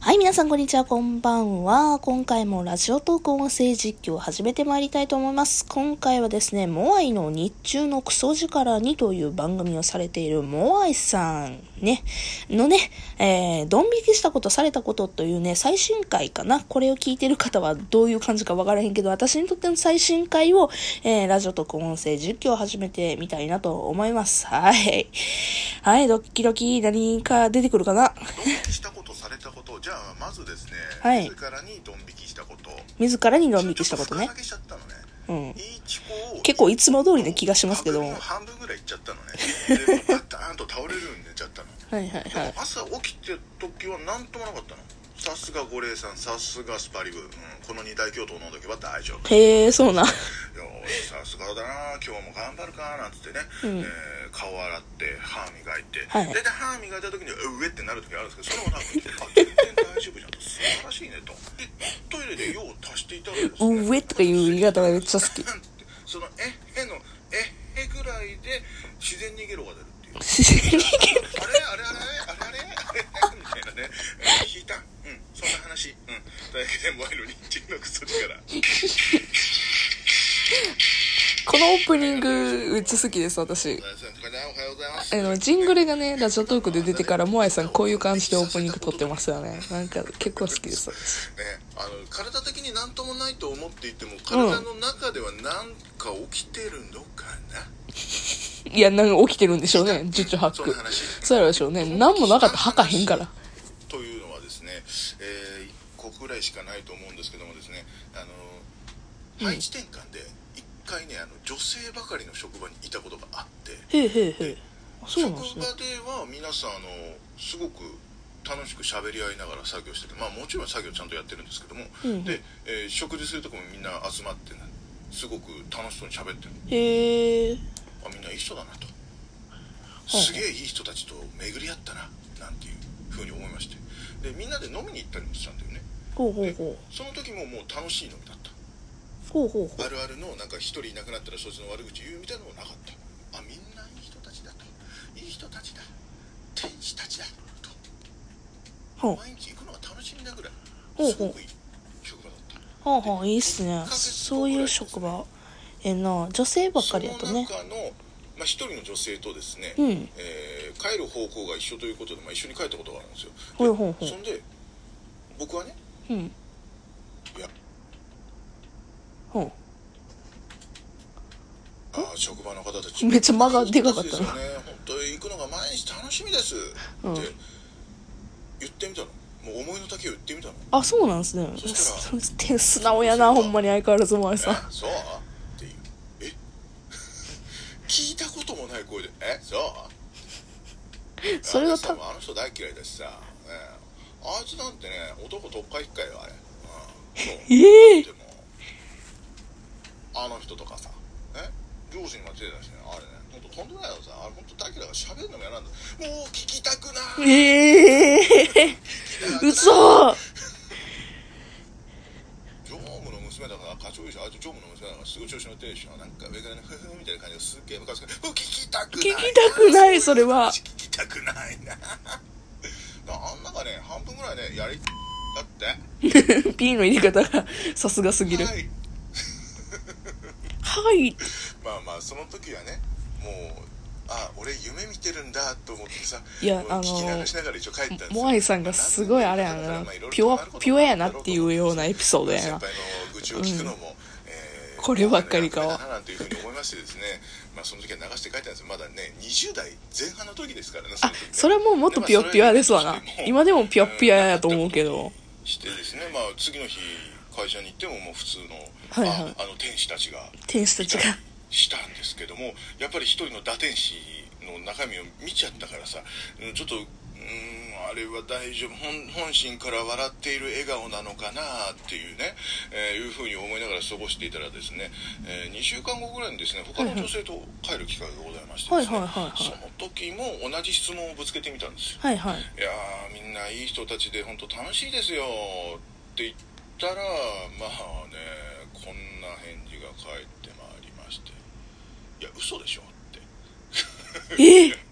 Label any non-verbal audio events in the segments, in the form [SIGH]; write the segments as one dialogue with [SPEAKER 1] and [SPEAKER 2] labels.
[SPEAKER 1] はい、皆さんこんにちは、こんばんは。今回もラジオトーク音声実況を始めてまいりたいと思います。今回はですね、モアイの日中のクソ力にという番組をされているモアイさんね、のね、えー、ドン引きしたことされたことというね、最新回かな。これを聞いてる方はどういう感じかわからへんけど、私にとっての最新回を、えー、ラジオトーク音声実況を始めてみたいなと思います。はい。はい、ドッキドキ、何か出てくるかな。
[SPEAKER 2] ドン引きしたことされたことじゃあまずですね、
[SPEAKER 1] はい
[SPEAKER 2] 自らにドン引きしたこと
[SPEAKER 1] 自らにドン引きしたことね
[SPEAKER 2] ちょっ。深投げしちゃったのね
[SPEAKER 1] うん。
[SPEAKER 2] いいチコを
[SPEAKER 1] 結構いつも通りな気がしますけど。はい
[SPEAKER 2] 半分ぐらいいっちゃったのねで [LAUGHS] バターンと倒れるように寝ちゃったの
[SPEAKER 1] はいは
[SPEAKER 2] でも
[SPEAKER 1] い。
[SPEAKER 2] 朝起きてる時は何ともなかったのさすが五霊さんさすがスパリブ、うん、この二大巨頭飲んどけば大丈夫
[SPEAKER 1] へえ、そうな。
[SPEAKER 2] よしさすがだな今日も頑張るかなんつってね、
[SPEAKER 1] うん
[SPEAKER 2] えー顔洗って歯磨いて、
[SPEAKER 1] はい
[SPEAKER 2] 大体歯磨いた時にうえってなる時あるんですけどそれもなくてあ全然大丈夫じゃんと素晴らしいねとでトイレで用を足していたらですね
[SPEAKER 1] うえとかいう言い方がめっちゃ [LAUGHS] 好き
[SPEAKER 2] うんってそのえへのえへぐらいで自然にゲロが出るっていう
[SPEAKER 1] 自然に
[SPEAKER 2] あれあれあれあれあれあれみたいなねうん聞いたうんそんな話うん大変前の日中のクソ力
[SPEAKER 1] [LAUGHS] このオープニングめっちゃ好きです、私。
[SPEAKER 2] おはようございます
[SPEAKER 1] あの、ジングルがね、ラジオトークで出てから、モアイさんこういう感じでオープニング撮ってますよね。なんか結構好きです。
[SPEAKER 2] ね、あの体的に何ともないと思っていても体の中では何か起きてるのかな、
[SPEAKER 1] いや、なんか起きてるんでしょうね、十中八
[SPEAKER 2] そんな
[SPEAKER 1] 九。
[SPEAKER 2] 話
[SPEAKER 1] そうやろでしょうね。なんもなかったら吐かへんから。
[SPEAKER 2] というのはですね、え1個ぐらいしかないと思うんですけどもですねあの配置転換で1回ねあの女性ばかりの職場にいたことがあって
[SPEAKER 1] へえへえへえ。あそうな
[SPEAKER 2] 職
[SPEAKER 1] ん
[SPEAKER 2] 場
[SPEAKER 1] ですね。
[SPEAKER 2] では皆さんあのすごく楽しく喋り合いながら作業してて、まあ、もちろん作業ちゃんとやってるんですけども、
[SPEAKER 1] うん
[SPEAKER 2] で、えー食事するとこもみんな集まってねすごく楽しそうに喋ってる
[SPEAKER 1] へえ。
[SPEAKER 2] あみんないい人だなとすげえいい人たちと巡り合ったななんていうふうに思いましてでみんなで飲みに行ったりもしたんだよね
[SPEAKER 1] ほうほうほ
[SPEAKER 2] その時ももう楽しい飲みだった
[SPEAKER 1] う。ほうほうほう。
[SPEAKER 2] あるあるのなんか一人いなくなったらそいつの悪口言うみたいなのもなかったあみんないい人たちだといい人たちだ天使たちだと
[SPEAKER 1] ほう
[SPEAKER 2] 毎日行くのが楽しみなぐらい
[SPEAKER 1] ほう
[SPEAKER 2] す
[SPEAKER 1] ほう
[SPEAKER 2] ごくいい職場だった
[SPEAKER 1] はあはあ、いいっすね。そういう職場。ええな、女性ばっかりやとね
[SPEAKER 2] そ。の中の、まあ、一人の女性とですね、
[SPEAKER 1] うん
[SPEAKER 2] えー帰る方向が一緒ということで、まあ、一緒に帰ったことがあるんですよ
[SPEAKER 1] ほいほいほい
[SPEAKER 2] でそんで僕はね
[SPEAKER 1] うん。
[SPEAKER 2] いや
[SPEAKER 1] ほう。
[SPEAKER 2] あー職場の方たち
[SPEAKER 1] めっちゃ間がでかかったな
[SPEAKER 2] そうですよね本当に行くのが毎日楽しみです、
[SPEAKER 1] うん
[SPEAKER 2] って言ってみたのもう思いの丈を言って
[SPEAKER 1] [LAUGHS]
[SPEAKER 2] みたの
[SPEAKER 1] あ、そうなんですね
[SPEAKER 2] そした。
[SPEAKER 1] て [LAUGHS] 素直やな、ほんまに相変わらずもあ [LAUGHS] さん。
[SPEAKER 2] えそうっていうえ [LAUGHS] 聞いたこともない声で「えそう?」
[SPEAKER 1] それはた
[SPEAKER 2] あの人もあの人大嫌いだしさ、ねあいつなんてね男特化一回よあれ、うん、そう
[SPEAKER 1] ええ
[SPEAKER 2] でもあの人とかさね上司にも手出してねあれね本当とんでもないよさあれ本当大嫌いが喋るのも嫌なんだもう聞きたくない
[SPEAKER 1] ええー、 [LAUGHS] 嘘
[SPEAKER 2] 常務の娘だから課長いいしあいつ常務の娘だからすぐ調子乗ってるでしょなんか上からねふふみたいな感じがすっげえ昔からもう聞きたくない
[SPEAKER 1] 聞きたくないそれは
[SPEAKER 2] 聞きたくないな [LAUGHS] あんながね半分ぐらいねやりだって
[SPEAKER 1] ピーの入れ方が [LAUGHS] さすがすぎる。
[SPEAKER 2] はい
[SPEAKER 1] はい。
[SPEAKER 2] まあまあその時はねもうあ俺夢見てるんだと思ってさ
[SPEAKER 1] いや
[SPEAKER 2] もう
[SPEAKER 1] あの
[SPEAKER 2] 聞き流しながら一応帰ったんですよ
[SPEAKER 1] モアイさんがすごいあれや
[SPEAKER 2] だから
[SPEAKER 1] な
[SPEAKER 2] まあいろいろ。
[SPEAKER 1] ピュア、ピュアやなっていうようなエピソードや
[SPEAKER 2] 先
[SPEAKER 1] な
[SPEAKER 2] 輩。の愚痴を聞くのも、えー
[SPEAKER 1] こればっかりか
[SPEAKER 2] ダメだなというふうに思いましてですね、まあ、その時は流して帰ったんですよまだね20代前半の時ですからね
[SPEAKER 1] あ
[SPEAKER 2] の時ね、
[SPEAKER 1] それはもうもっとピュアピュアですわな
[SPEAKER 2] でもそれ。
[SPEAKER 1] 今でもピュアピュアやと思うけど。
[SPEAKER 2] してですね、まあ、次の日会社に行ってももう普通
[SPEAKER 1] は
[SPEAKER 2] の、
[SPEAKER 1] いはい
[SPEAKER 2] ああの天使たちが
[SPEAKER 1] 天使たちが。
[SPEAKER 2] したんですけどもやっぱり一人の堕天使の中身を見ちゃったからさうんちょっとうーんあれは大丈夫本本心から笑っている笑顔なのかなっていうね、えーいうふうに思いながら過ごしていたらですね、え2週間後ぐらいにですね他の女性と帰る機会がございましてですね
[SPEAKER 1] はいはいはいはい
[SPEAKER 2] その時も同じ質問をぶつけてみたんですよ
[SPEAKER 1] はい [LAUGHS] はい。
[SPEAKER 2] いやーみんないい人たちで本当楽しいですよって言ったらまあねこんな返事が返ってまいりましていや嘘でしょって
[SPEAKER 1] え
[SPEAKER 2] [LAUGHS]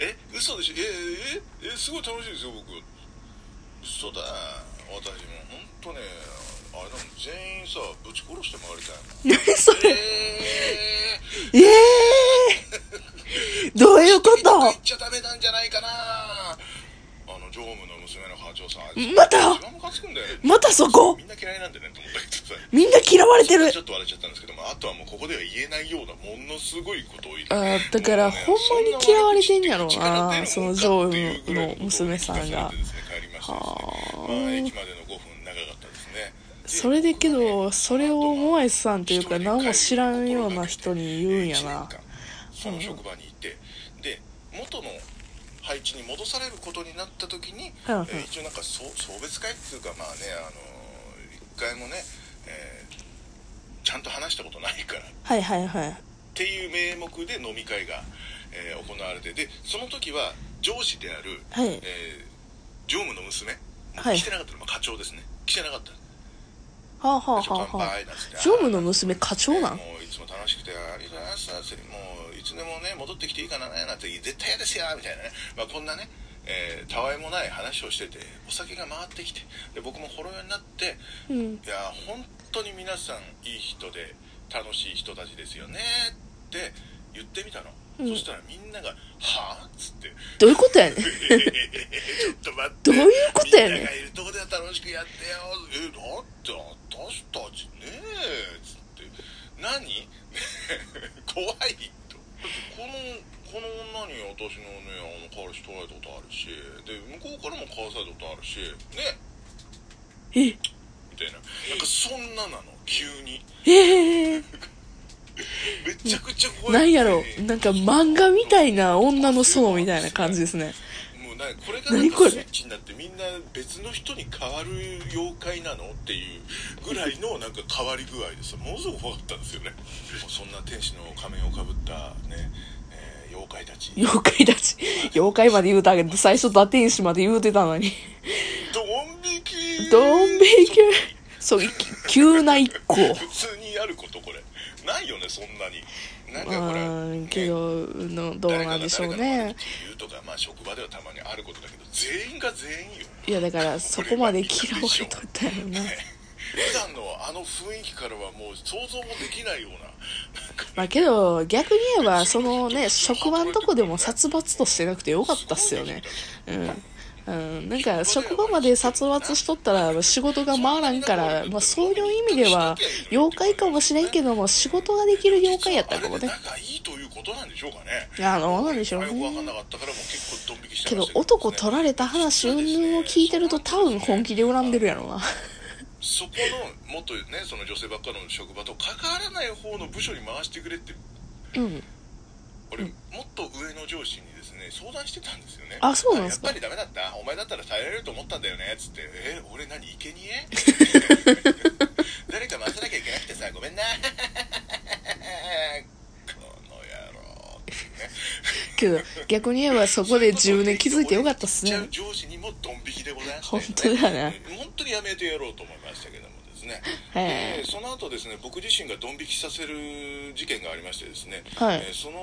[SPEAKER 2] え嘘でしょええええすごい楽しいですよ僕そうだ私もうほんとねあれだもん全員さぶち殺して回りたいもん
[SPEAKER 1] 何それ
[SPEAKER 2] えー
[SPEAKER 1] ええー、どういうこ
[SPEAKER 2] 言っ
[SPEAKER 1] と
[SPEAKER 2] ちゃダメなんじゃないかなあの常務の娘の課長さんあいつ
[SPEAKER 1] また
[SPEAKER 2] 一番ムカつくんだよね
[SPEAKER 1] またそこ
[SPEAKER 2] みんな嫌いなんだよねと思ったけどさ
[SPEAKER 1] みんな嫌われてる
[SPEAKER 2] ちょっと笑っちゃったんですけどもあとはもうここでは言えないようなものすごいことを言って
[SPEAKER 1] あーだからほんまに嫌われてんやろなその常務の娘さんがはあ
[SPEAKER 2] まあ駅までの5分長かったですね
[SPEAKER 1] それでけどそれをモアイさんっていうか何も知らんような人に言うんやな
[SPEAKER 2] その職場にいてで元の配置に戻されることになった時に、
[SPEAKER 1] うんうん
[SPEAKER 2] えー一応なんか送送別会っていうかまあねあのー一回もね、えーちゃんと話したことないから
[SPEAKER 1] はいはいはい
[SPEAKER 2] っていう名目で飲み会が、えー行われてでその時は上司である、
[SPEAKER 1] はい
[SPEAKER 2] えー常務の娘、
[SPEAKER 1] はい
[SPEAKER 2] 来てなかったのまあ課長ですね来てなかった
[SPEAKER 1] はあはあ
[SPEAKER 2] ちょっ
[SPEAKER 1] は
[SPEAKER 2] と
[SPEAKER 1] あ
[SPEAKER 2] 乾
[SPEAKER 1] は
[SPEAKER 2] 杯なんつって
[SPEAKER 1] あ常務の娘課長なん
[SPEAKER 2] もういつも楽しくてありがとうございますもういつでもね戻ってきていいかななんて絶対嫌ですよみたいなね、まあ、こんなね、えーたわいもない話をしててお酒が回ってきてで僕もほろ酔いになって
[SPEAKER 1] うん
[SPEAKER 2] いやー本当に皆さんいい人で楽しい人たちですよねって言ってみた
[SPEAKER 1] うん
[SPEAKER 2] の、そしたらみんなが「はあ?」っつって
[SPEAKER 1] [LAUGHS]
[SPEAKER 2] 「
[SPEAKER 1] どういうことやねん
[SPEAKER 2] えーちょっと待っ
[SPEAKER 1] ど
[SPEAKER 2] て
[SPEAKER 1] ういうことやねん
[SPEAKER 2] みんながいるとこでは楽しくやってよえだって私たちねえ」つって「何 [LAUGHS] 怖い」と。このこの女に私のねあの彼氏取られたことあるしで向こうからも返されたことあるしね
[SPEAKER 1] え
[SPEAKER 2] みたいななんかそんななの急に
[SPEAKER 1] ええ
[SPEAKER 2] めちゃくちゃ怖い
[SPEAKER 1] なんやろ
[SPEAKER 2] ね
[SPEAKER 1] なんか漫画みたいな女の層みたいな感じですね
[SPEAKER 2] もうなこれがなん
[SPEAKER 1] 何
[SPEAKER 2] か
[SPEAKER 1] これ
[SPEAKER 2] スイッチになってみんな別の人に変わる妖怪なのっていうぐらいのなんか変わり具合でさものすごく怖かったんですよねそんな天使の仮面をかぶったね、えー妖怪たち
[SPEAKER 1] 妖怪たち妖怪まで言うたけど最初堕天使まで言うてたのに
[SPEAKER 2] ドン引き
[SPEAKER 1] ドン引きそうい急な一個
[SPEAKER 2] 普通にやることこれないよねそんなになんかこ
[SPEAKER 1] う
[SPEAKER 2] れ、
[SPEAKER 1] ん
[SPEAKER 2] ね
[SPEAKER 1] けどのどうなんでしょうね
[SPEAKER 2] 言うとか、まあ、職場ではたまにあることだけど全員が全員よ
[SPEAKER 1] いやだからそこまで嫌われとったよな
[SPEAKER 2] 普段のあの雰囲気からはもう想像もできないようななんか
[SPEAKER 1] まあけど逆に言えばそのね職場のとこでも殺伐としてなくてよかったっすよねうん、うん、なんか職場まで殺伐しとったら仕事が回らんから、まあ、そういう意味では妖怪かもしれんけども仕事ができる妖怪やったかもね
[SPEAKER 2] 実はあれで仲いいということなんでしょうかね
[SPEAKER 1] いやどうなんでしょう
[SPEAKER 2] よく分か
[SPEAKER 1] ね
[SPEAKER 2] んなかったからもう結構ドン引きし
[SPEAKER 1] け
[SPEAKER 2] てま
[SPEAKER 1] ど
[SPEAKER 2] した
[SPEAKER 1] 男取られた話云々を聞いてると多分本気で恨んでるやろな
[SPEAKER 2] そこのもっとねその女性ばっかの職場と関わらない方の部署に回してくれって
[SPEAKER 1] うん
[SPEAKER 2] 俺もっと上の上司にですね相談してたんですよね
[SPEAKER 1] あそうなんですか
[SPEAKER 2] やっぱりダメだったお前だったら耐えられると思ったんだよねつって「え俺何
[SPEAKER 1] [LAUGHS]
[SPEAKER 2] 生贄誰か待たなきゃいけなくてさごめんなこの野郎ってね
[SPEAKER 1] けど逆に言えばそこで自分で気づいてよかったっすね
[SPEAKER 2] 上司にもドン引きでございました
[SPEAKER 1] 本当だね
[SPEAKER 2] うん本当にやめてやろうと思いましたけどもですね
[SPEAKER 1] へえ
[SPEAKER 2] でその後ですね僕自身がドン引きさせる事件がありましてですね、
[SPEAKER 1] はい
[SPEAKER 2] えーその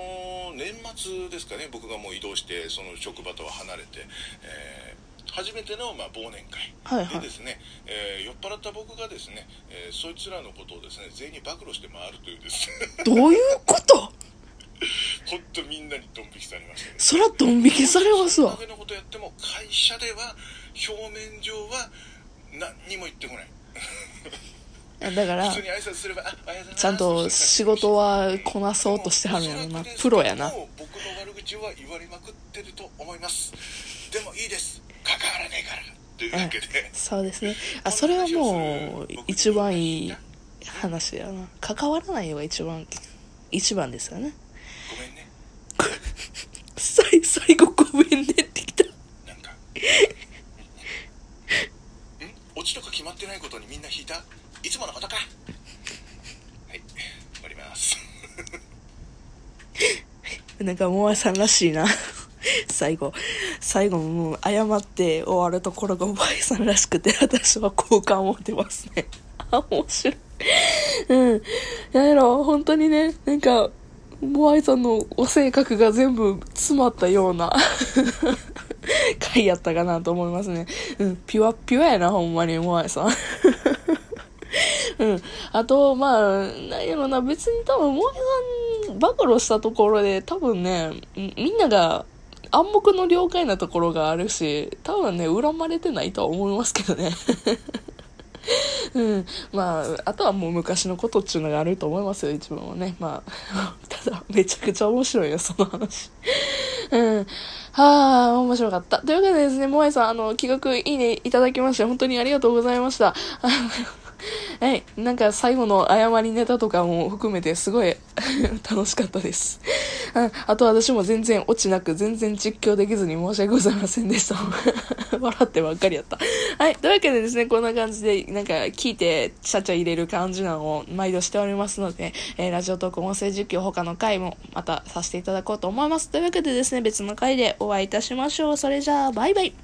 [SPEAKER 2] 年末ですかね僕がもう移動してその職場とは離れて、えー初めての、まあ、忘年会
[SPEAKER 1] はいはい
[SPEAKER 2] でですね、えー酔っ払った僕がですね、えーそいつらのことをですね全員に暴露して回るというですね [LAUGHS]
[SPEAKER 1] どういうこと
[SPEAKER 2] ほんとみんなにドン引きされましたね
[SPEAKER 1] そらドン引きされますわ
[SPEAKER 2] そんな上のことやっても会社では表面上は何にも言ってこない
[SPEAKER 1] だから
[SPEAKER 2] 普通に挨拶すればあおはようございます
[SPEAKER 1] ちゃんと仕事はこなそうとしてはるんやろなプロやな
[SPEAKER 2] もう僕の悪口は言われまくってると思いますでもいいです関わらねえからというだけで、
[SPEAKER 1] そうですねあそれはもう一番いい話やな関わらないのが一番一番ですよね
[SPEAKER 2] ごめんね
[SPEAKER 1] [LAUGHS] 最最後ごめんねってきた
[SPEAKER 2] なんかんオチとか決まってないことにみんな引いたいつものことかはい終わります
[SPEAKER 1] なんかモアさんらしいな [LAUGHS] 最後最後もう謝って終わるところがモアさんらしくて私は好感を持てますね [LAUGHS] あ面白いうんなんやろ本当にねなんかモアイさんのお性格が全部詰まったような [LAUGHS] 回やったかなと思いますね。うん、ピュアピュアやな、ほんまに、モアイさん。 [LAUGHS] うん。あと、まあ、なんやろな、別に多分、モアイさん、暴露したところで、多分ね、みみんなが暗黙の了解なところがあるし、多分ね、恨まれてないとは思いますけどね。 [LAUGHS] うん、まああとはもう昔のことっていうのがあると思いますよ一番はねまあ [LAUGHS] ただめちゃくちゃ面白いよその話うんはあ面白かったというわけでですねモアイさんあの企画いいねいただきまして本当にありがとうございました [LAUGHS] はいなんか最後の謝りネタとかも含めてすごい [LAUGHS] 楽しかったですうんあと私も全然落ちなく全然実況できずに申し訳ございませんでした [LAUGHS] 笑ってばっかりやったはい。というわけでですね、こんな感じで、なんか、聞いて、ちゃちゃ入れる感じなのを、毎度しておりますので、えーラジオトーク音声実況、他の回も、またさせていただこうと思います。というわけでですね、別の回でお会いいたしましょう。それじゃあ、バイバイ。